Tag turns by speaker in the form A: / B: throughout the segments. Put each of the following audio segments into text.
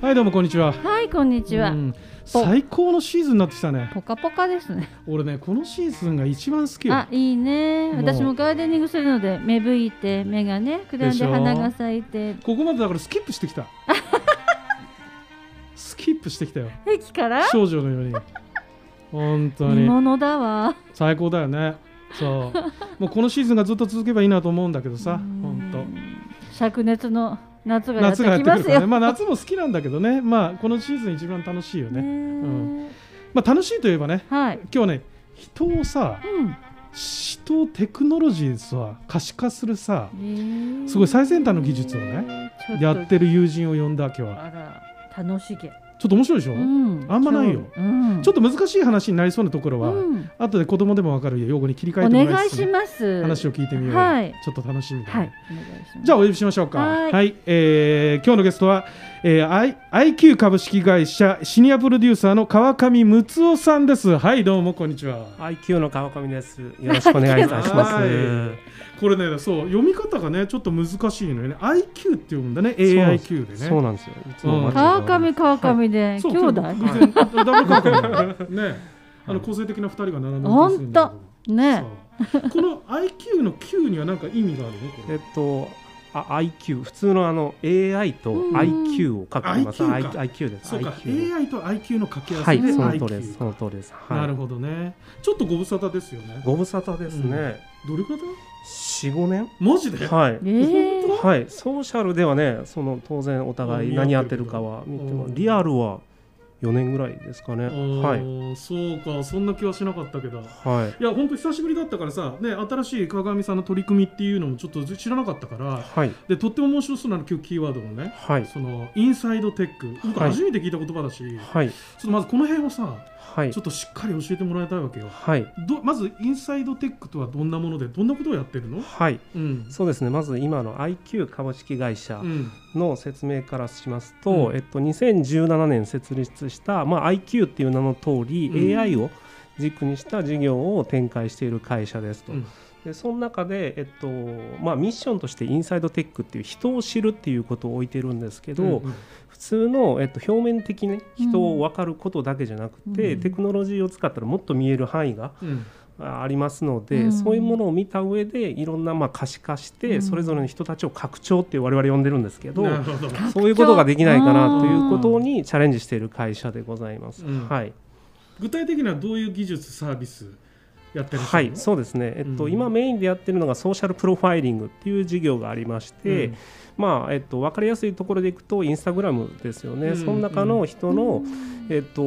A: はいどうもこんにちは。
B: はいこんにちは、
A: うん最高のシーズンになってきたね。
B: ポカポカですね
A: 俺ねこのシーズンが一番好きよ
B: あ。いいね
A: もう
B: 私もガーデニングするので芽吹いて芽がねくら
A: で
B: ん
A: し
B: で
A: ょ
B: 花が咲いて
A: ここまでだからスキップしてき た。スキップしてきたよ。
B: 駅から
A: 少女のように。本当
B: 見
A: に
B: 物だわ
A: 最高だよね。そう。もうこのシーズンがずっと続けばいいなと思うんだけどさ。本
B: 当灼熱の夏
A: 当。
B: がやっ
A: 夏
B: て
A: がやって
B: き
A: く
B: ま
A: る
B: す
A: からね。
B: よ
A: まあ夏も好きなんだけどね。まあこのシーズン一番楽しいよね。
B: ね
A: まあ楽しいといえばね。
B: はい
A: 今日ね人をさ
B: うん
A: 人をテクノロジーでさ可視化するさ
B: えー
A: すごい最先端の技術をね
B: ちょ と
A: やってる友人を呼んだ今日は
B: あら楽しげ
A: ちょっと面白いでしょ、
B: うん
A: あんまないよ
B: うん
A: ちょっと難しい話になりそうなところは、
B: うん
A: 後で子供でもわかる用語に切り替え
B: お
A: てもら
B: 願
A: い
B: い
A: つつ、
B: します
A: 話を聞いてみよう、
B: はい
A: ちょっと楽しみだね、
B: はいお願いします
A: じゃあお呼びしましょうか
B: はい
A: えー今日のゲストは、えー、I IQ 株式会社シニアプロデューサーの川上睦夫さんですはいどうもこんにちは
C: IQ の川上です。よろしくお願いいたします。
A: はいこれねそう読み方がねちょっと難しいのよね IQ って読むんだね
C: そうなん
A: AIQ でね
C: そうなんですよ。いつも間違え
B: 川
C: た
B: 上川上で兄
A: そう偶
B: 弟
A: 然ダブルカップル ねあの個性的な二人が並んでる
B: ほんとね
A: そうこの IQ の Q には何か意味があるのこ
C: え
A: れ
C: っと、あ IQ、普通のあの AI と
B: うん
C: IQ を書くます
A: IQ か
C: IQ です。
A: そうか
C: IQ。
A: AI と IQ の掛け合わ
C: は
A: せ
C: い、
A: で
C: そ
A: IQ、
C: の通りです。その通りです。はい
A: なるほどねちょっとご無沙汰ですよね
C: ご無沙汰ですね。
A: どれくらいだ
C: 4、5年
A: マジで
C: はい
B: え。ー
A: 本
C: はい、ソーシャルではね、その当然お互い何やってるかは見ても、
A: うん
C: リアルは4年ぐらいですかね。はい。
A: いそうかそんな気はしなかったけど
C: はい。
A: いや本当久しぶりだったからさ、ね、新しい川上さんの取り組みっていうのもちょっと知らなかったから
C: はい。
A: でとっても面白そうなの今日キーワードもね
C: はい。
A: そのインサイドテック僕
C: はい
A: 初めて聞いた言葉だし、ちょ
C: はい。
A: っとまずこの辺をさ
C: はい
A: ちょ。っとしっかり教えてもらいたいわけよ
C: はい。
A: どまずインサイドテックとはどんなものでどんなことをやってるの
C: はい、
A: うん
C: そうですね、まず今の IQ 株式会社
A: うん
C: の説明からします
A: う
C: と、
A: ん
C: えっと、2017年設立した、まあ、IQ っていう名の通り、
A: うん
C: AI を軸にした事業を展開している会社ですと、
A: うん
C: でその中で、えっとまあ、ミッションとしてインサイドテックっていう人を知るっていうことを置いてるんですけど、
A: うん
C: 普通の、えっと、表面的に、ね、人を分かることだけじゃなくて、
B: うん
C: テクノロジーを使ったらもっと見える範囲が
A: うん
C: ありますので、
B: うん
C: そういうものを見た上でいろんなまあ可視化して、
B: うん
C: それぞれの人たちを拡張って我々呼んでるんですけど、
A: なるほど、
C: そういうことができないかなということにチャレンジしている会社でございます。
A: うん
C: はい、
A: 具体的にはどういう技術サービスやってらっし
C: は
A: ゃる
C: い、
A: の
C: そうですね。えっと、
A: うん
C: 今メインでやってるのがソーシャルプロファイリングっていう事業がありまして、
A: うん
C: まあえっとわかりやすいところでいくとインスタグラムですよね。
A: うん
C: その中の人の、えっと、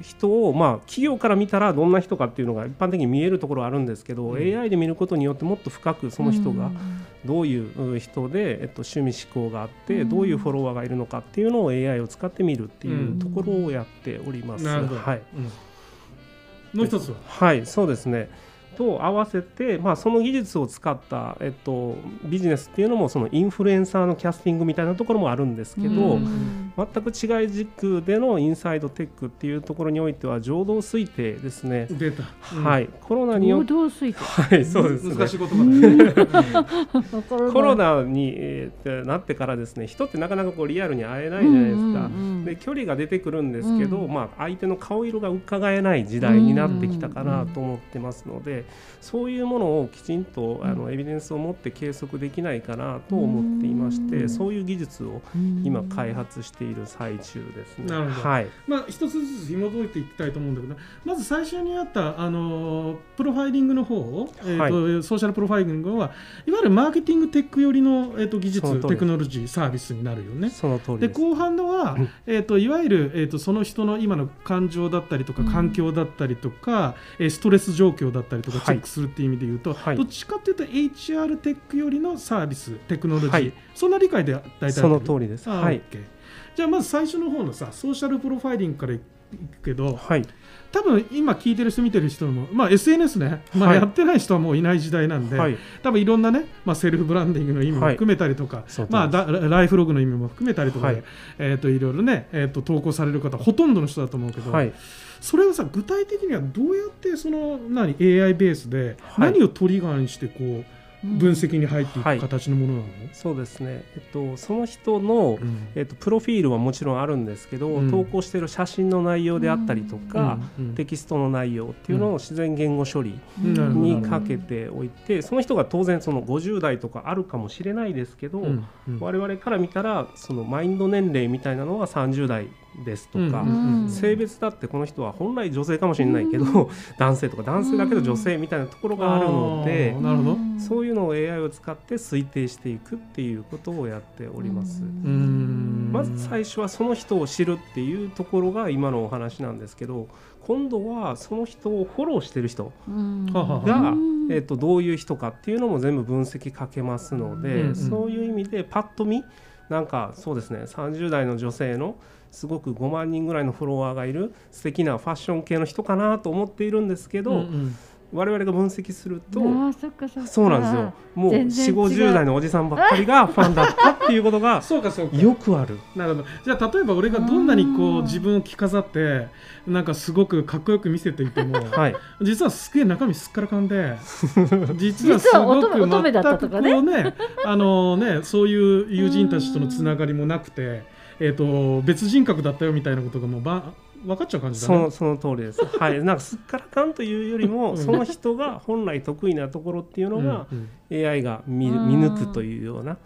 C: 人を、まあ、企業から見たらどんな人かっていうのが一般的に見えるところはあるんですけど、
A: うん
C: AI で見ることによってもっと深くその人
B: う
C: が
B: ん
C: どういううん人で、えっと、趣味嗜好があって、
B: うん
C: どういうフォロワーがいるのかっていうのを AI を使ってみるってい
A: ん
C: うところをやっております。
A: なるほど、
C: はい、
A: うんもう一つは
C: はい、そうですねと合わせて、まあ、その技術を使った、えっと、ビジネスっていうのもそのインフルエンサーのキャスティングみたいなところもあるんですけど、
B: うん
C: 全く違い軸でのインサイドテックっていうところにおいては情動推定ですね、
A: データ、うん
C: はいコロナによ
B: 労
C: って、
B: 働水と
C: はい、そうですね
A: 難しい言葉 だね、
C: コロナに、えーってなってからですね人ってなかなかこうリアルに会えないじゃないですか、で距離が出てくるんですけど、
B: うん
C: まあ、相手の顔色がうかがえない時代になってきたかなと思ってますので、そういうものをきちんとあ
B: う
C: のエビデンスを持って計測できないかなと思っていまして、
B: うん
C: そういう技術を今開発している最中ですね。
A: なるほど
C: はい
A: まあ、一つずつ紐解いていきたいと思うんだけどまず最初にあった、あのープロファイリングの方を、えーとソーシャルプロファイリングはいわゆるマーケティングテック寄りの、えー、と技
C: そ
A: 術
C: の通りです
A: テクノロジーサービスになるよね。
C: その通り
A: で
C: です。
A: 後半のは、えー、といわゆる、えー、とその人の今の感情だったりとか
B: うん
A: 環境だったりとか、えーストレス状況だったりとかチ
C: は
A: ェ
C: い
A: ックするっていう意味で言うと、
C: はい
A: どっちかっていうと HR テックよりのサービステクノロジー、
C: はい
A: そんな理解で大体合って
C: そ
A: る
C: の通りです。
A: あー
C: はい。
A: OK じゃあまず最初の方のさソーシャルプロファイリングからいくけど
C: はい。
A: 多分今聞いてる人見てる人も、まあ、SNS ね、まあ、
C: はい
A: やってない人はもういない時代なんで、
C: はい。
A: 多分いろんなね、まあ、セルフブランディングの意味も含めたりとか、
C: そうです
A: まあ、だライフログの意味も含めたりとかで、
C: はい
A: いえー、といろいろね、えー、と投稿される方ほとんどの人だと思うけど、
C: はい。
A: それをさ具体的にはどうやってその何 AI ベースで
C: はい
A: 何をトリガーにしてこう、分析に入ってい
C: は
A: く
C: い
A: 形のものなの、
C: そうですね、えっと、その人の、
A: うん
C: えっと、プロフィールはもちろんあるんですけど、
A: うん
C: 投稿している写真の内容であったりとか、
A: うんうん
C: テキストの内容っていうのを自然言語処理
A: うんなるほど
C: にかけておいて、その人が当然その50代とかあるかもしれないですけど、
A: うんうん
C: 我々から見たらそのマインド年齢みたいなのは30代ですとか、
A: うん
B: うん
C: 性別だってこの人は本来女性かもしれないけど、男性とか男性だけど女性みたいなところがあるので。
A: なるほど
B: うん
C: そういうのを AI を使って推定していくっていうことをやっております。
A: うーん
C: まず最初はその人を知るっていうところが今のお話なんですけど今度はその人をフォローしてる人
B: うん
A: はは
C: が
B: うん、
C: えっとどういう人かっていうのも全部分析かけますので、
A: うんうん
C: そういう意味でパッと見なんかそうですね30代の女性のすごく5万人ぐらいのフォロワーがいる素敵なファッション系の人かなと思っているんですけど、
A: うん
C: 我々が分析すると。
B: ああそっかそっか
C: そうなんですよ。もう
B: 全然違
C: 4、
B: う
C: 50代のおじさんばっかりがファンだったっていうこと
A: うん
C: が
A: そうかそうか
C: よくある。
A: なるほどじゃあ例えば俺がどんなにこ
B: あー
A: う自分を着飾ってなんかすごくかっこよく見せていて も
C: はい。
A: 実はすげえ中身すっからかん で実はす
B: 実は
A: ご
B: 乙
A: く
B: 女乙女だった
A: 全
B: と
A: くこ
B: か
A: う
B: ね
A: ねあのねそういう友人たちとのつながりもなくて、えー、と別人格だったよみたいなことがもうば分かっちゃう感じだ
C: そ
A: ね
C: の。その通り です。はい。なんかすっからかんというより
A: う
C: も、
A: ん
C: その人が本来得意なところっていうのが
A: うん
C: AI が見る
B: あー
C: 見抜くというような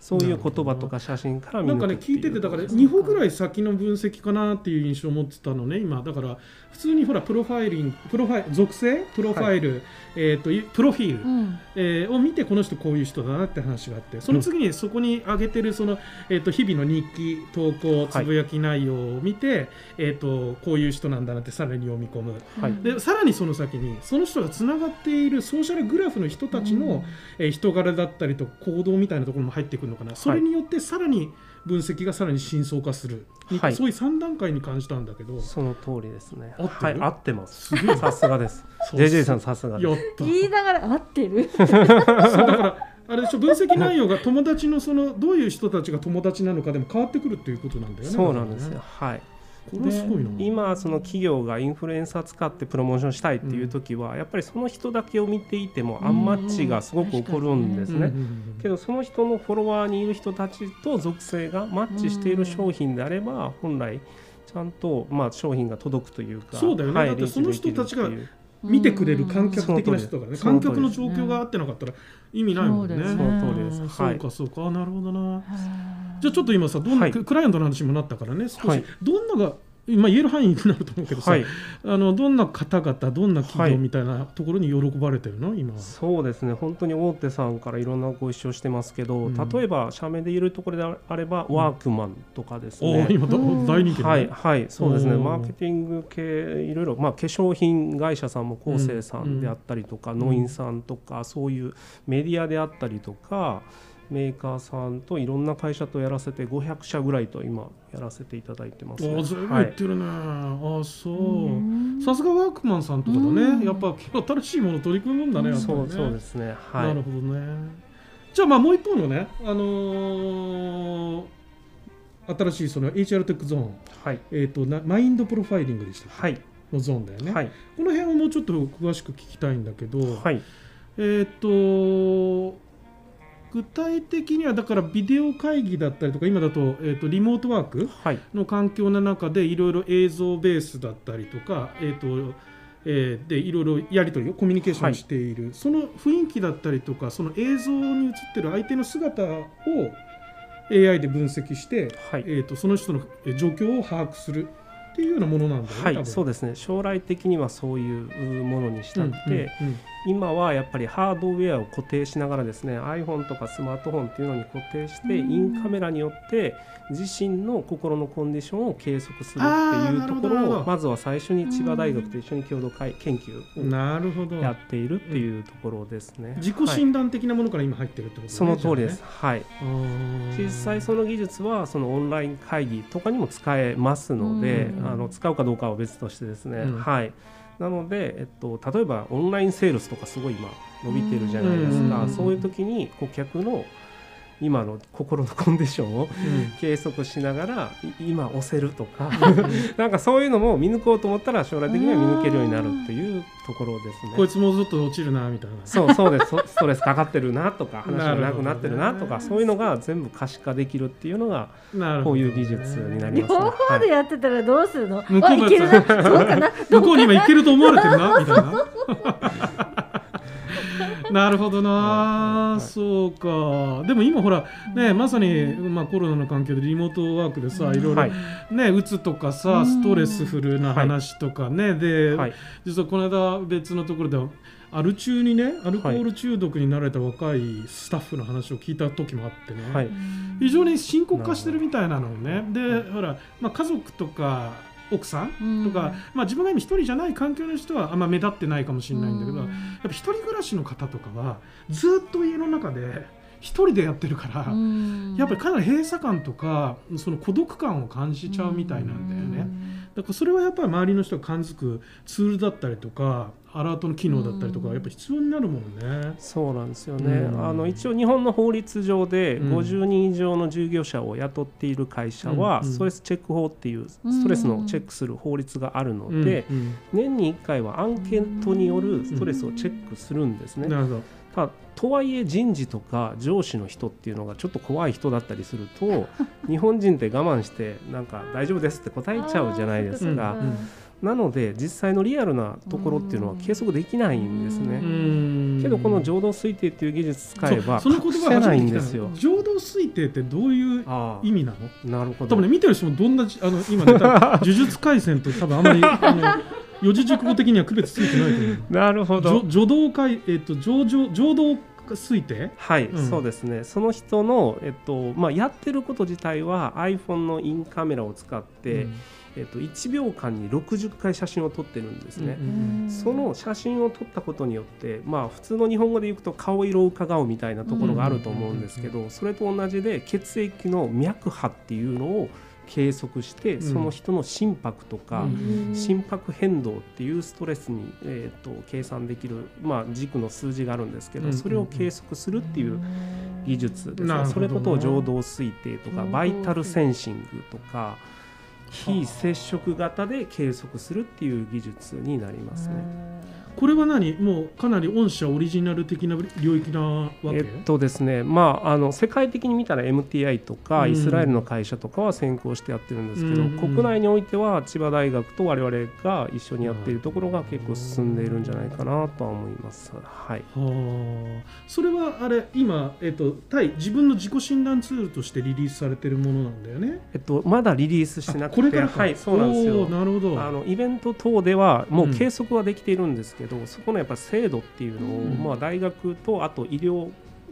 C: そういう言葉とか写真から
A: うん
C: 見
A: な
C: 抜
A: ん
C: く
A: かね
C: ってい
A: 聞
C: う
A: いててだから
C: ことです
A: 2歩ぐらい先の分析かなっていう印象を持ってたのね今だから普通にほらプロファイリングプロファイ属性プロファイル、えー、といプロフィール、
B: うん
A: えーを見てこの人こういう人だなって話があってその次にそこに上げてるその、えー、と日々の日記投稿つぶやき内容を見て、えー、とこういう人なんだなってさらに読み込む
C: はい
A: でさらにその先にその人がつながっているソーシャルグラフの人たちの、えー人柄だったりと行動みたいなところも入ってくるのかなそれによってさらに分析がさらに深層化する、
C: はい
A: そういう3段階に感じたんだけど
C: その通りですね。
A: 合って
C: は
A: る
C: い、合ってます。
A: すげえ
C: さすがです。
A: そう
C: JJ さんさすがです。
A: やった
B: 言いながら合って る
A: そうだからあれでしょ分析内容が友達のそのどういう人たちが友達なのかでも変わってくるっていうことなんだよね。
C: そうなんですよ。
A: こ
C: はい。
A: れはすごいな。
C: 今その企業がインフルエンサー使ってプロモーションしたいっていう時は、やっぱりその人だけを見ていてもアンマッチがすごく起こるんですね。
A: うん
C: けどその人のフォロワーにいる人たちと属性がマッチしている商品であれば本来ちゃんとまあ商品が届くというか
A: そうだよねだってその人たちが
C: リンクできる
A: 見てくれる観客的な人だからね。
C: その
A: 観
C: 通り
A: 客の状況があってなかったら意味ないもんね。
B: そうです
C: ねその通りです
A: うん
C: はい
A: そうかそうかあなるほどな。
B: はあ
A: じゃあちょっと今さどんな、
C: はい
A: ククライアントの話もなったからね少し、
C: はい
A: どんなが今言える範囲になると思うけど
C: と
A: さ、
C: いうはい
A: あのどんな方々どんな企
C: はい
A: 業みたいなところに喜ばれてるの今は。
C: そうですね本当に大手さんからいろんなご一緒してますけど、
A: うん
C: 例えば社名でいるところであればワークマンとかです
A: お
C: ね
A: ー、今だ
B: うん
A: 大人気だ
C: は
A: ね
C: い、はい、そうですね、
A: おー
C: マーケティング系、いろいろ、まあ、化粧品会社さんもコーセーさんであったりとか、
A: うん
C: ノインさんとか、そういうメディアであったりとか、メーカーさんといろんな会社とやらせて、500社ぐらいと今、やらせていただいてますね、
A: あずいぶん
C: は
A: 言っ
C: い
A: てるね、あそうう、
B: ん
A: さすがワークマンさんとかだね、
B: うん
A: やっぱ新しいもの取り組むんだねやっぱり
C: そ
A: ね
C: うそうですね、は
A: ないる、ほどねじゃあまあもう一方のねあのー新しいその HR テックゾーン、
C: はい、
A: えー、となマインドプロファイリングでしたっけ
C: はい、
A: のゾーンだよね、
C: はい、
A: この辺をもうちょっと詳しく聞きたいんだけど、
C: はい、
A: えっ、と具体的にはだからビデオ会議だったりとか今だと,、えー、とリモートワーク、
C: はい、
A: の環境の中でいろいろ映像ベースだったりとか、えーとえーでいろいろやり取りをコミュニケーションしている、その雰囲気だったりとかその映像に映ってる相手の姿を AI で分析して、
C: はい
A: えー、とその人のえー状況を把握するっていうようなものなんだよね。
C: はい、そう
A: だ
C: ですね、将来的にはそういうものにしたくて、今はやっぱりハードウェアを固定しながらですね iPhone とかスマートフォンっていうのに固定してイ
B: うん
C: ンカメラによって自身の心のコンディションを計測するって
A: あー
C: いう
A: なる
C: と
A: ほ
C: こ
A: どなるほ
C: ろを
A: ど
C: まずは最初に千葉大学と一緒に共同会研究
A: なるほど
C: をやっているっていうところですね。
A: 自己
C: はい
A: 診断的なものから今入ってるってことね、
C: その通りです、はい、
A: じゃあね。
C: 実際そ
A: の
C: の技術はそのオンライン会議とかにも使えますので、
B: うん
C: あの使うかどうかは別としてですね、
A: うん
C: はいなので、えっと、例えばオンラインセールスとかすごい今伸びてるじゃないですか、
A: うん
C: そういう時に顧客の今の心のコンディションを計測しながらい今押せるとか なんかそういうのも見抜こうと思ったら将来的には見抜けるようになるっていうところですね。
A: こいつもうちょっと落ちるなみたいな。
C: そうそうですそストレスかかってるな とか話がなくなってるな
A: な
C: と
A: るほど
C: か
A: ね
C: そういうのが全部可視化できるっていうのが
A: なる
C: こ
A: ほど
C: う
A: ね
C: いう技術になり
B: 両
C: ますね、
B: 方でやってたらどうするの、
A: 向こ
B: あ
A: うが
B: いけるな そうかな
A: 向こうに今行けると思われてるなみたいな。なるほどな、
C: はいはい
A: そうかでも今ほらねまさに、まあ、コロナの関係でリモートワークでさいろいろ
C: はい
A: ねうつとかさストレスフルな話とかね、で、
C: はい
A: 実はこの間別のところではアル中にねアルコール中毒になられた若いスタッフの話を聞いた時もあってね、
C: はい
A: 非常に深刻化してるみたいなのねでほら、まあ、家族とか奥さんとか、まあ、自分が今一人じゃない環境の人はあんま目立ってないかもしれないんだけど、やっぱ一人暮らしの方とかはずっと家の中で一人でやってるから、やっぱりかなり閉鎖感とかその孤独感を感じちゃうみたいなんだよね。だからそれはやっぱり周りの人が感づくツールだったりとかアラートの機能だったりとか
B: うん
A: やっぱ必要になるもんね。
C: そうなんですよね、
A: うん
C: あの一応日本の法律上で
A: うん
C: 50人以上の従業者を雇っている会社は
A: うんうん
C: ストレスチェック法っていう
B: うん
C: ストレスのチェックする法律があるので
A: うん
C: 年に1回はアンケートによるストレスをチェックするんです
A: う
C: ね
A: ん、。なるほど。
C: たとはいえ人事とか上司の人っていうのがちょっと怖い人だったりする と日本人って我慢してなんか大丈夫ですって答えちゃうじゃないです
A: うん
C: か
A: あ
C: なので実際のリアルなところっていうのは計測できないんです
A: う
C: ね
A: ん
C: けどこの浄土推定っていう技術使えば
A: そうその
C: 隠
A: 言
C: せ
A: 葉が
C: ない
A: 初め
C: ん
A: て
C: で
A: 聞
C: す
A: いた
C: よ
A: の浄土推定ってどういう
C: あ
A: 意味なの
C: あなるほ
A: 多
C: ど
A: 分ね見てる人もどんなじあの今ね多分 呪術廻戦と多分あんまりあの四字熟語的には区別ついてないと思う
C: なるほ
A: じょ。浄土会えっと浄浄浄土推定
C: はい、
A: うん
C: そうですねその人の、えっとまあ、やってること自体は iPhone のインカメラを使って、
A: うん
C: えっと、1秒間に60回写真を撮ってるんですね、
A: うんうん
C: その写真を撮ったことによって、まあ、普通の日本語で言うと顔色を伺うみたいなところがあると思うんですけど、それと同じで血液の脈波っていうのを計測して、
A: ん
C: その人の心拍とか、
A: うん
C: 心拍変動っていうストレスに、えー、と計算できる、まあ、軸の数字があるんですけど、
A: うん
C: それを計測するっていう技術ですね、
A: なるほどね
C: それこそ情動推定とか
B: うん
C: バイタルセンシングとか非接触型で計測するっていう技術になりますね。
A: これは何もうかなり御社オリジナル的な領域なわけ、
C: えっとですねまあ、あの世界的に見たら MTI とか、
A: うん
C: イスラエルの会社とかは先行してやってるんですけど、
A: うんうん
C: 国内においては千葉大学と我々が一緒にやっているところが結構進んでいるんじゃないかなとは思います。はい、
A: はあそれはあれ今、えっと対自分の自己診断ツールとしてリリースされてるものなんだよね。
C: えっと、まだリリースしてなくて
A: これからか
C: はい、そうなんです
A: お
C: よ
A: ーなるほど
C: あのイベント等ではも
A: う
C: うん計測はできているんですけど、そこのやっぱ精度っていうのを、
A: うん
C: まあ、大学とあと医療、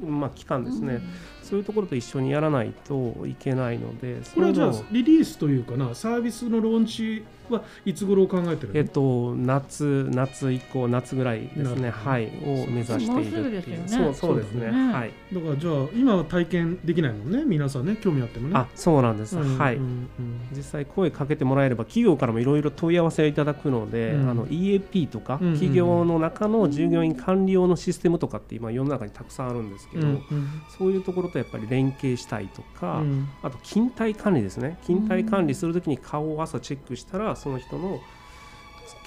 C: まあ、機関ですね、そういうところと一緒にやらないといけないので
A: これはじゃあ
C: そういうのを
A: リリースというかなサービスのローンチはいつ頃を考えてるの
C: えっと、夏夏以降夏ぐらいです
A: な
C: ね、
A: るほど
C: はい、を目指してい
B: もう
C: る
B: すぐです
C: ってい
B: よ
C: う
B: ね
C: そうそうです
A: そ
C: ね
B: うだね
C: はい
A: だからじゃあ今は体験できないもんね皆さんね興味あってもね。
C: あそうなんです、
A: うん
C: はい
A: うんうん
C: 実際声かけてもらえれば企業からもいろいろ問い合わせをいただくので、
A: うん
C: あの EAP とか、
A: うんうん
C: 企業の中の従業員管理用のシステムとかって今世の中にたくさんあるんですけ
A: うん
C: ど、
A: うん
C: そういうところとやっぱり連携したいとか、
A: うん
C: あと勤怠管理ですね勤怠管理するときに顔を朝チェックしたらその人の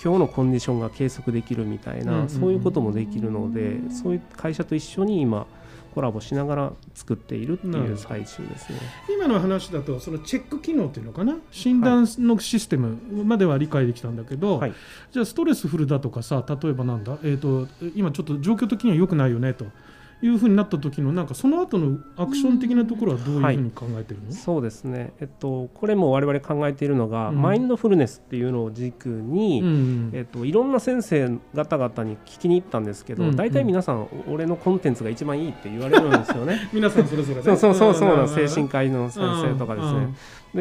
C: 今日のコンディションが計測できるみたいな、
A: うんうん
C: そういうこともできるので、
B: うん
C: そういう会社と一緒に今コラボしながら作っているっていう最中ですね。
A: 今の話だとそのチェック機能っていうのかな診断のシステムまでは理解できたんだけど、
C: はい
A: じゃあストレスフルだとかさ例えばなんだ、えー、と今ちょっと状況的には良くないよねというふうになった時のなんかその後のアクション的なところはどういうふうに考えてるの、
C: そうですね、えっと、これも我々考えているのが、
A: うん
C: マインドフルネスっていうのを軸に、
A: うん
C: えっと、いろんな先生方々に聞きに行ったんですけど、
A: うんうん
C: 大体皆さん俺のコンテンツが一番いいって言われるんです よね。
A: 皆さんそれぞれね
C: そうそうそうそうなん
A: ん
C: 精神科医の先生とかですね。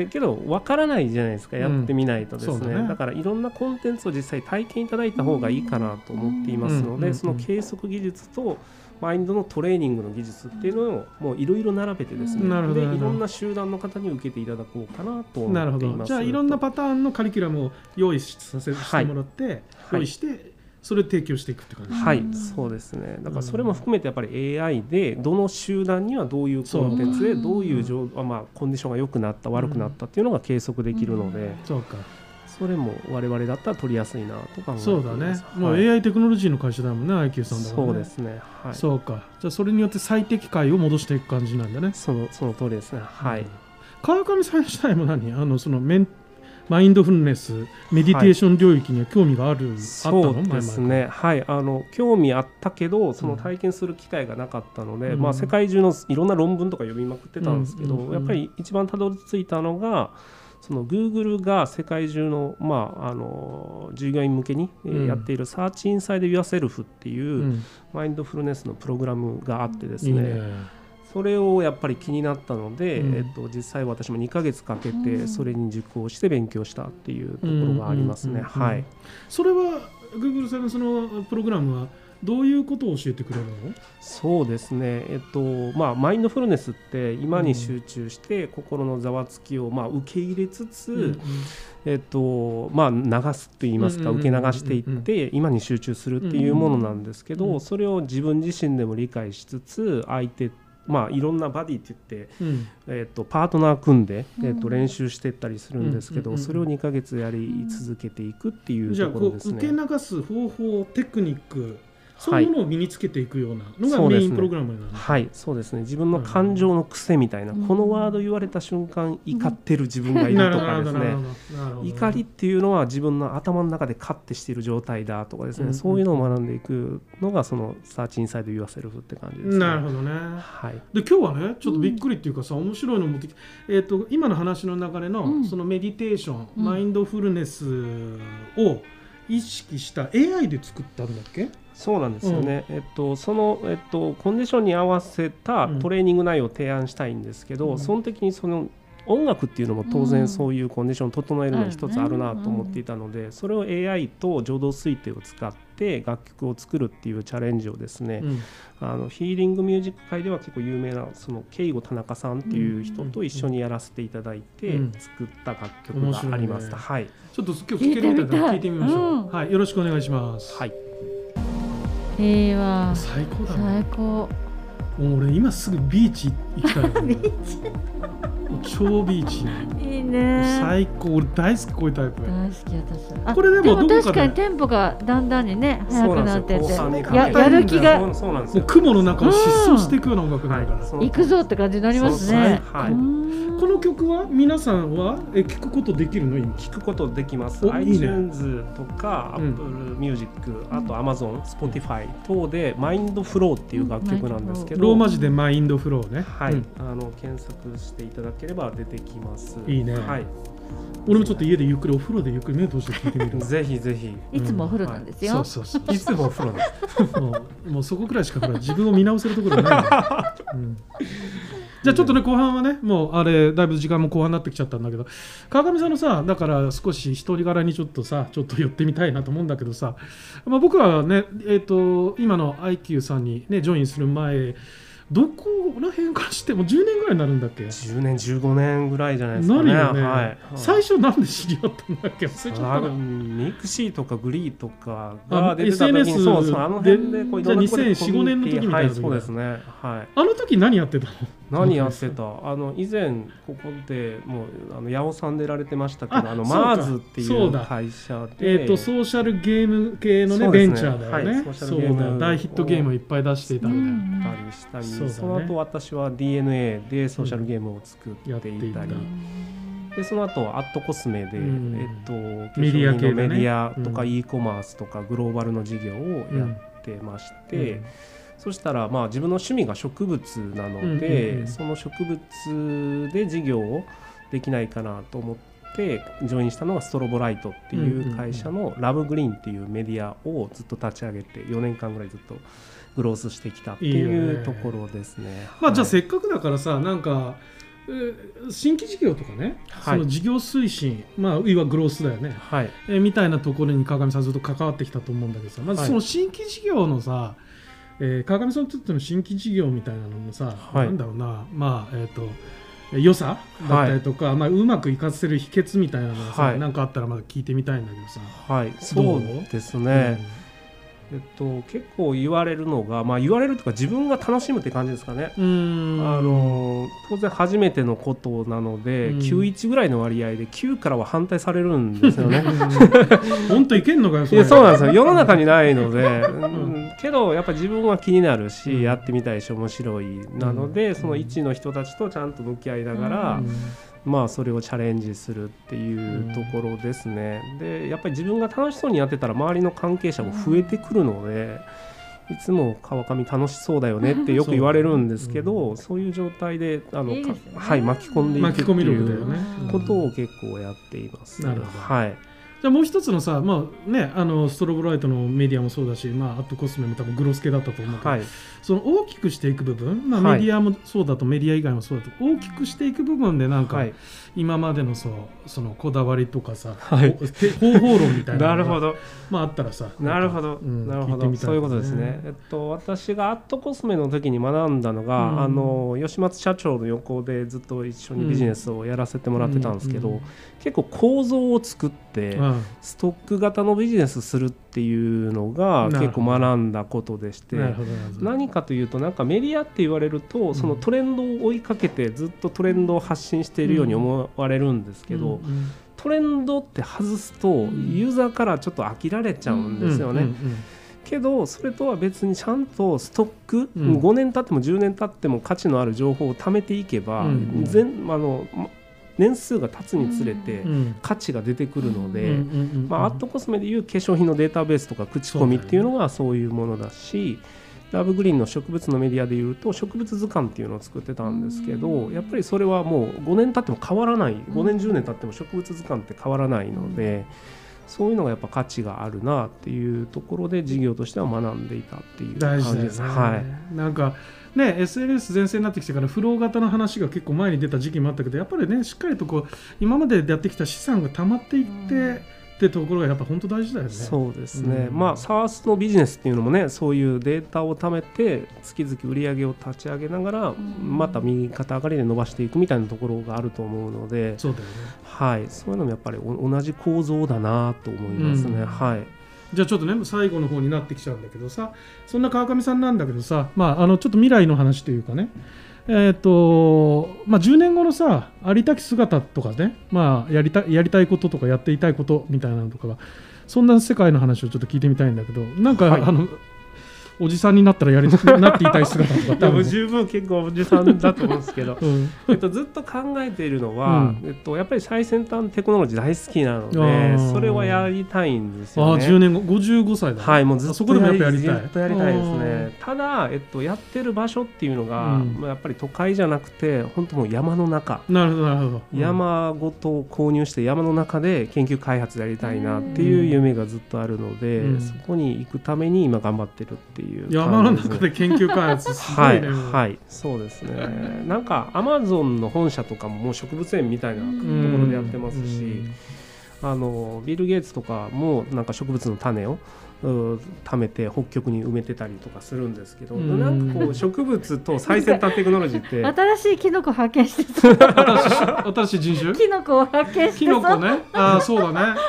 C: でけど分からないじゃないですかやってみないとですね,、
A: うんそう
C: だ
A: だね
C: からいろんなコンテンツを実際体験いただいた方がいいかなと思っていますので、
A: うん
C: その計測技術とマインドのトレーニングの技術っていうのをもういろいろ並べてですね、
A: うんなるほど
C: で
A: なる
C: い
A: ほど
C: ろんな集団の方に受けていただこうかなと
A: なるほ
C: 思ってい
A: ど
C: ます
A: じゃあいろんなパターンのカリキュラムを用意しさせ
C: は
A: し
C: い
A: てもらって、
C: はい
A: 用意してそれを提供していくって感じですね
C: は
B: う
C: い
B: ん
C: そうですねだからそれも含めてやっぱり AI でどの集団にはどういうコンテンツで
B: そう
C: どういう状、あまあ、コンディションが良くなった悪くなったっていうのが計測できるので、
B: うん
A: そうか
C: それも我々だったら取りやすいなと考えています
A: そうだね、もう
C: はい
A: AI テクノロジーの会社だもんね IQ さんだから、ね、
C: そうですねはいそ
A: そうかじゃあそれによって最適解を戻していく感じなんだね
C: のその通りですねはい、
A: 川上さん自体も何あのそのメンマインドフルネスメディテーション領域には興味がある、あったの
C: そうですね、はい、あの興味あったけど、その体験する機会がなかったので、
A: うん
C: まあ、世界中のいろんな論文とか読みまくってたんですけど、
A: うんうんうん
C: やっぱり一番たどり着いたのが、その Google が世界中の,、まあ、あの従業員向けにえ
A: うん
C: ーやっている Search Inside Yourself っていう、
A: 前々うん
C: マインドフルネスのプログラムがあってです
A: いい
C: ね、
A: ね
C: それをやっぱり気になったので、
A: うん
C: えっと、実際私も2ヶ月かけ
B: う
C: て、
B: ん
C: それに受講して勉強したっていうところがありますね。
A: うんうんうんうん
C: はい
A: それは Google さんのそのプログラムはどういうことを教えてくれるの
C: そうですね、えっとまあ、マインドフルネスって今に集中して心のざわつきをまあ受け入れつつ、
A: うん
C: えっとまあ、流すといいます
A: う
C: か、
A: んうんうん
C: 受け流していって今に集中するっていうものなんですけど、
A: うんうん
C: それを自分自身でも理解しつつ相手、まあ、いろんなバディって言って、
A: うん
C: えっと、パートナー組んで、
B: うん
C: えっと、練習していったりするんですけど、
A: うんうんうんうん
C: それを2ヶ月やり続けていくっていう
A: じゃあ
C: ところ
A: こ
C: で
A: う
C: す
A: 受け
C: ね。
A: 流す方法テクニックそういうものを身につけていくようなのが
C: そう
A: メ
C: ですね
A: インプログラムになるの
C: はいそうですね自分の感情の癖みたいな、
B: うん
C: このワード言われた瞬間怒ってる自分がい
A: な
C: る
A: るほ
C: と
A: ど
C: かです
A: なるほ
C: ね
A: どなるほど
C: 怒りっていうのは自分の頭の中で勝ってしている状態だとかですね、
A: うん
C: そういうのを学んでいくのがその「サーチインサイド・ユア・セルフ」って感じですね。
A: なるほどね
C: はい、
A: で今日はねちょっとびっくりっていうかさ、面白いの持ってきて、えー、と今の話の流れの、
B: うん
A: そのメディテーション、
B: うん
A: マインドフルネスを意識した AI で作ったんだっけ
C: そうなんですよね、えっと、その、えっと、コンディションに合わせた
A: うん
C: トレーニング内容を提案したいんですけど、
A: うん
C: その時にその音楽っていうのも当
B: う
C: 然
B: ん
C: そういうコンディションを整えるのに一つある
B: あ
C: な
B: るね
C: と思っていたので、それを AI と浄土推定を使って楽曲を作るっていうチャレンジをですね、
A: うん
C: あのヒーリングミュージック界では結構有名なその慶吾田中さんっていう人と一緒にやらせていただいて
A: うん
C: 作った楽曲がありました。
A: 面
C: はい、
A: ちょっと今日聞けるみたいなの聞
B: 聞
A: い
B: い
A: て
B: て
A: み
B: み
A: ま
B: たい
A: しょう、
B: うん
A: はいよろしくお願いします、
C: はい
B: ええわ
A: 最高だね
B: 最高
A: もう俺今すぐビーチ行きたいよ
B: ビーチ
A: もう超ビーチ
B: いいね
A: 最高俺大好きこういうタイプ
B: 大好き私はあ
A: これでもどこかで
B: 確かにテンポがだんだんにね
C: そ
B: 速
C: う
B: く
C: んで
B: なっ
C: すよ
B: てて
C: 後半にかけ
B: ややる気が
C: そうなんです
A: もう
C: よ
A: 雲の中を疾走していくような音楽になるから、
C: はい
B: 行くぞって感じになりますね
C: そうそうはい
A: この曲は皆さんはえ聞くことできるの今
C: 聞くことできます
A: おいいね
C: iTunes とか
A: うん
C: Apple Music、あと Amazon、Spotify 等で「マインドフローっていう楽曲なんですけど
A: ローマ字でマインドフローね、
C: はい、
A: うん
C: あの検索していただければ出てきます
A: いいね
C: はい、
A: 俺もちょっと家でゆっくりお風呂でゆっくり目を通して聞いてみる
C: ぜひぜひ
B: いつもお風呂なんです
A: そ
B: よ
A: うそうそう
C: いつもお風呂です
A: もうもうそこくらいしかほら自分を見直せるところないんだよ、うんじゃあちょっとね後半はねもうあれだいぶ時間も後半になってきちゃったんだけど川上さんのさだから少し一人柄にちょっとさちょっと寄ってみたいなと思うんだけどさ、まあ、僕はねえっ、と今の IQ さんにねジョインする前どこら辺からしてもう10年ぐらいになるんだっけ
C: 10年15年ぐらいじゃないですか
A: な
C: ね
A: るよね、
C: はい、
A: 最初なんで知り合ったんだっけ忘れちゃ
C: あ
A: ったな
C: ミクシーとかグリーとか
A: あ
C: が出てた時に
A: SNS
C: そうそうあの辺でこういろんなところで
A: じゃあ2004年の時みたいな
C: はいそうですねはい
A: あの時何やってたの
C: 何やってたあの以前ここでもうあの八尾さんでやられてましたけど
A: あ
C: あの
A: そうか
C: マーズってい
A: そう
C: う
A: だ
C: 会社で
A: えー、とソーシャルゲーム系の、ね
C: そう
A: ベ
C: ですね
A: ンチャーだよね、
C: はいソーシャ
A: そ
C: ル
A: う
C: ゲーム
A: だよ大ヒットゲームをいっぱい出していた
B: うんん
A: だよ、
B: うん
C: やったりしたり
A: そう
C: そ,、
A: だね
C: の後私は DNA でソーシャルゲームを作っていたり、
A: うんやってい
C: でその後アットコスメで、
A: うん
C: えっと
A: メディア系だね
C: 化粧品のメディアとか
A: うん
C: e コマースとかグローバルの事業をやってまして、そしたらまあ自分の趣味が植物なので、
A: うんうんうん
C: その植物で事業をできないかなと思ってジョインしたのがストロボライトっていう会社のラブグリーンっていうメディアをずっと立ち上げて4年間ぐらいずっとグロースしてきたって
A: いい
C: い
A: よね
C: うところですね。
A: まあ、じゃあ
C: はい
A: せっかくだからさなんかえー新規事業とかね、
C: はい
A: その事業推進、まあ、いわゆるグロースだよね、
C: はい
A: えーみたいなところに川上さんずっと関わってきたと思うんだけどさまず
C: はい
A: その新規事業のさ、えー川上さんにとっての新規事業みたいなののさ、
C: はい
A: なんだろうなまあえっ、とえー良さだったりとか、まあ、うまくいかせる秘訣みたいなのがさ、
C: はい
A: なんかあったらまだ聞いてみたいんだけどさ。
C: はい、そうですね、
A: うん
C: えっと、結構言われるのが、まあ、言われるというか自分が楽しむって感じですかね。
A: うーん
C: あの当然初めてのことなので、
A: うん
C: 91ぐらいの割合で9からは反対されるんですよね。
A: 本当いけんのかよ
C: い
A: れ
C: やそうなんですよ世の中にないので、
A: ん
C: けどやっぱ自分は気になるし、
A: うん
C: やってみたいし面白いなので、
A: うん
C: その位置の人たちとちゃんと向き合いなが
A: う
C: ら、
A: ん
C: まあそれをチャレンジするっていうところですね。でやっぱり自分が楽しそうにやってたら周りの関係者も増えてくるので。いつも川上楽しそうだよねってよく言われるんですけど、そういう状態であの
B: いいですね
C: かはい巻き込んでいくって
A: 巻き込み力だ
C: い
A: よ
C: う
A: ね
B: うん
C: ことを結構やっています。
A: なるほど
C: はい。
A: じゃあもう一つのさ、まあね、あのストロボライトのメディアもそうだし、まあ、あとコスメも多分グロス系だったと思うけど、
C: はい。
A: その大きくしていく部分、まあ、
C: はい
A: メディアもそうだと、メディア以外もそうだと大きくしていく部分でなんか、
C: はい。
A: 今までのそうそのこだわりとかさ、
C: はい
A: おて方法論みたいな
C: な
A: の
C: る
A: が
C: ほど。
A: まあ、あったらさ
C: なるほど、
A: うん
C: なるほ
A: 聞いて
C: ど、
A: みた
C: そういうことですね。えっと、私がアットコスメの時に学んだのが、
A: うん
C: あの吉松社長の横でずっと一緒にビジネスをやらせてもらってたんですけど、
A: うんうん
C: 結構構造を作って、
A: うん
C: ストック型のビジネスするっていうのが
A: なる
C: 結
A: ほ
C: 構
A: ど
C: 学んだことでして。
A: なるほどなるほど
C: 何かというとなんかメディアって言われるとそのトレンドを追いかけてずっとトレンドを発信しているように思われるんですけど、
A: うんうん
C: トレンドって外すと
A: ん
C: ユーザーからちょっと飽きられちゃうんですよね。
A: うんうん
C: けどそれとは別にちゃんとストック、
A: うん
C: 5年経っても10年経っても価値のある情報を貯めていけば、
A: うん
C: 全あのま年数が経つにつれて
A: うんうん
C: 価値が出てくるので、
A: うんうんうんうん
C: まあ、アットコスメでいう化粧品のデータベースとか口コミっていうのがそういうものだし。ラブグリーンの植物のメディアでいうと植物図鑑っていうのを作ってたんですけどやっぱりそれはもう5年経っても変わらない5年10年経っても植物図鑑って変わらないのでそういうのがやっぱ価値があるなっていうところで事業としては学んでいたっていう感
A: 大事
C: じ
A: だ
C: で
A: よ
C: す。
A: ね、
C: はい
A: なんかね SNS 全盛になってきてからフロー型の話が結構前に出た時期もあったけどやっぱりねしっかりとこう今までやってきた資産が溜まっていって、
B: うん
A: ってところがやっぱ本当大事だよね。
C: そうですね、
A: うん
C: まあ s a ス s のビジネスっていうのもねそういうデータを貯めて月々売り上げを立ち上げながら
B: ん
C: また右肩上がりで伸ばしていくみたいなところがあると思うので、
A: そうだよね
C: はい、そういうのもやっぱりお同じ構造だなと思いますね、
A: うん
C: はい
A: じゃあちょっとね最後の方になってきちゃうんだけどさそんな川上さんなんだけどさ、まあ、あのちょっと未来の話というかねえーとまあ、10年後のさありたき姿とかね、まあ、やりたやりたいこととかやっていたいことみたいなのとかがそんな世界の話をちょっと聞いてみたいんだけどなんか、
C: はい
A: あのおじさんになったらやりなっていたい姿とかってあ
C: 多
A: るの、
C: 分十分結構おじさんだと思うんですけ ど
A: うん
C: えっと、ずっと考えているのは、
A: う
C: えっと、やっぱり最先端テクノロジー大好きなの
A: あー
C: でそれはやりたいんです
A: あ
C: よ
A: あ
C: ね。
A: 10年後55歳だ、
C: はい、もうずっと
A: そこでもやっぱやりたい
C: ずっとやりたいですね。ただ、えっと、やってる場所っていうのが、
A: うん
C: まあやっぱり都会じゃなくて、本当もう山の中。
A: なるほどなるほど、うん
C: 山ごとを購入して山の中で研究開発やりたいなっていう夢がずっとあるので、
A: うん
C: そこに行くために今頑張ってるっていう
A: 山の
C: 感じすね
A: 中で研究開発すご
C: はいい、
A: ね、
C: はい、そうですね。なんかアマゾンの本社とかももう植物園みたいなところでやってますし、
A: うん
C: あのビル・ゲイツとかもなんか植物の種をうん貯めて北極に埋めてたりとかするんですけど
A: うん
C: なんかこう植物と最先端テクノロジーって
B: 新しいキノコ発見してそう
A: 新しい人種
B: キノコを発見して
A: キ
B: そ
A: ノコ
B: う
A: ね。ああ、そうだね。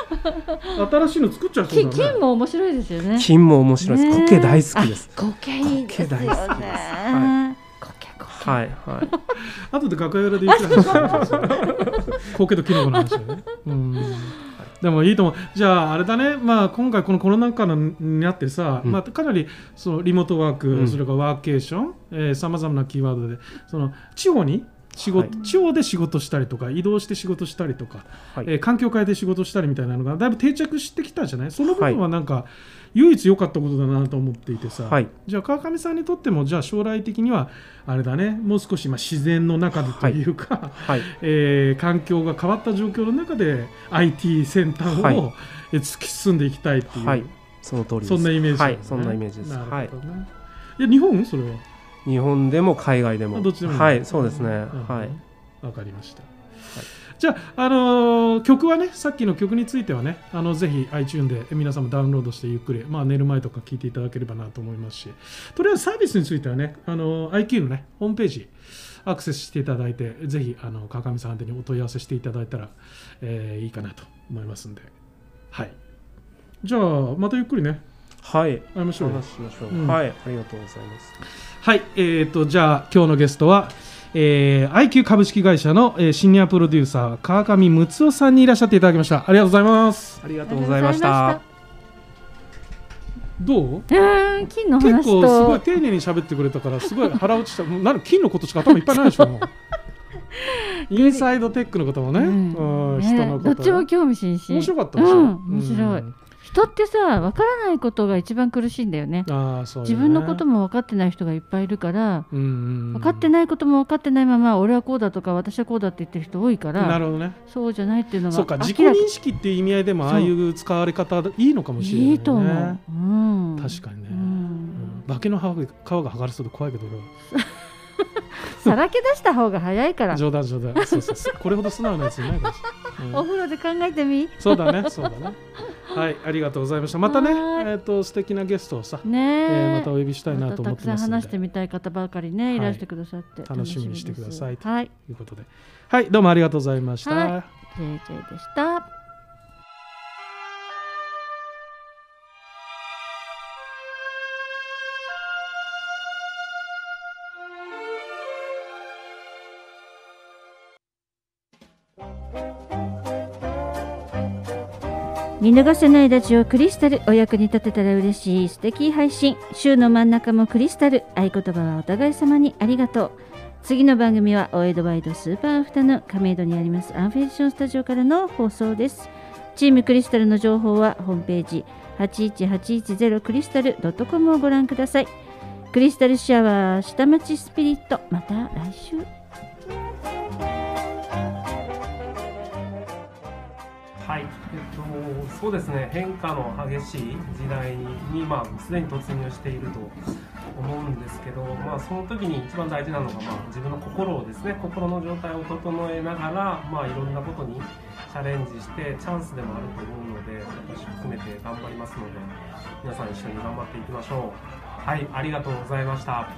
A: 新しいの作っちゃいそう
B: き
A: だね
B: 金。も面白いですよね
C: 金も面白いです
B: ねえ
C: 苔大好きです。
B: あ苔いいですよ
C: 苔
B: ね
C: 大好きですは
B: 苔苔
C: はいはい
A: 後で楽屋裏で言ってる話だね。高けどキノコの話だね。うん。でもいいと思う。じゃああれだね。まあ今回このコロナ禍のになってさ、
C: うん
A: まあかなりそのリモートワーク、
C: うん
A: それからワーケーション、えー、さまざまなキーワードでその地方に。仕事
C: は
A: 地方で仕事したりとか移動して仕事したりとか、
C: はい
A: えー環境を変えて仕事したりみたいなのがだいぶ定着してきたじゃないその部分はなんか、唯一良かったことだなと思っていてさ、
C: はい
A: じゃあ川上さんにとってもじゃあ将来的にはあれだねもう少しまあ自然の中でというか、
C: はい
A: えー環境が変わった状況の中で IT 先端を、
C: はい
A: え突き進んでいきたいっていう、
C: はいその通りです。
A: そんなイメージだ
C: は
A: ね、
C: いそんなイメージです。
A: なるほ
C: はい
A: どねいや日本それは
C: 日本でも海外でも
A: あどっちでもいい
C: はいそうですね
A: なるほど
C: はい
A: わかりました、じゃあ、あのー曲はねさっきの曲についてはねあのぜひ iTune で皆さんもダウンロードしてゆっくり、まあ、寝る前とか聞いていただければなと思いますしとりあえずサービスについてはね、あのー IQ のねホームページアクセスしていただいてぜひあの川上さん宛てにお問い合わせしていただいたら、えーいいかなと思いますんではいじゃあまたゆっくりね
C: はい。
A: 会いましょうよ
C: 話しましょう、
A: うん
C: はい。ありがとうございます。
A: はい、えー、とじゃあ今日のゲストは、えー、IQ 株式会社の、えーシニアプロデューサー川上睦夫さんにいらっしゃっていただきましたありがとうございます
C: ありがとうございました。
A: どう
B: うーん、金の
A: 結
B: 話
A: 構すごい
B: と。
A: 丁寧に喋ってくれたからすごい腹落ち したもうなんか金のことしか頭いっぱいないでしょもうインサイドテックのこともね、
B: うん
A: うん
B: ね
A: 人のこと
B: どっちも興味津々。
A: 面白かったでしょ、
B: うん面白い
A: うん
B: 人ってさ、わからないことが一番苦しいんだよね。
A: ああそう
B: 自分のこと
A: も
B: も分かってない人がいっぱいいるから。
A: 分
B: 分かってないことも分かってないまま俺はこうだとか私はこうだって言ってる人多いから
A: なるほどね
B: そうじゃないっていうのが
A: そうか自己
B: 明ら
A: 認識っていう意味合いでもああいう使われ方いいのかもしれない、ね、
B: いいと思う、うん、
A: 確かにね、
B: う
A: うん
B: ん、
A: 化けの皮が剥がれそうで怖いけど俺は
B: さらけ出した方が早いから
A: 冗談冗談そうそうそうこれほど素直なやついないかもしれない、う
B: お
A: ん
B: 風呂で考えてみ
A: そうだねそうだねはいありがとうございましたまたねえ
B: はーい
A: っ、と素敵なゲストをさ、
B: ね
A: え
B: え
A: ーまたお呼びしたいな
B: ま
A: と
B: た
A: 思っ
B: たく
A: て
B: さ
A: ま
B: ん
A: すの
B: 話し
A: で
B: てみたい方ばかり
A: い
B: ねいらしてくださって
A: 楽しみにしてください
B: 楽しみですはい
A: ということではいどうもありがとうございました、
B: はい JJ でした見逃せないラジオクリスタルお役に立てたら嬉しい素敵配信週の真ん中もクリスタル合言葉はお互い様にありがとう次の番組はオエドワイドスーパーアフタヌーン亀戸にありますアンフェリションスタジオからの放送ですチームクリスタルの情報はホームページ81810クリスタル .com をご覧くださいクリスタルシアワー下町スピリットまた来週
C: はい、えっと、そうですね、変化の激しい時代に、まあ、すでに突入していると思うんですけど、まあ、その時に一番大事なのが、まあ、自分の心をですね、心の状態を整えながら、まあ、いろんなことにチャレンジして、チャンスでもあると思うので、私含めて頑張りますので、皆さん一緒に頑張っていきましょう。はい、ありがとうございました。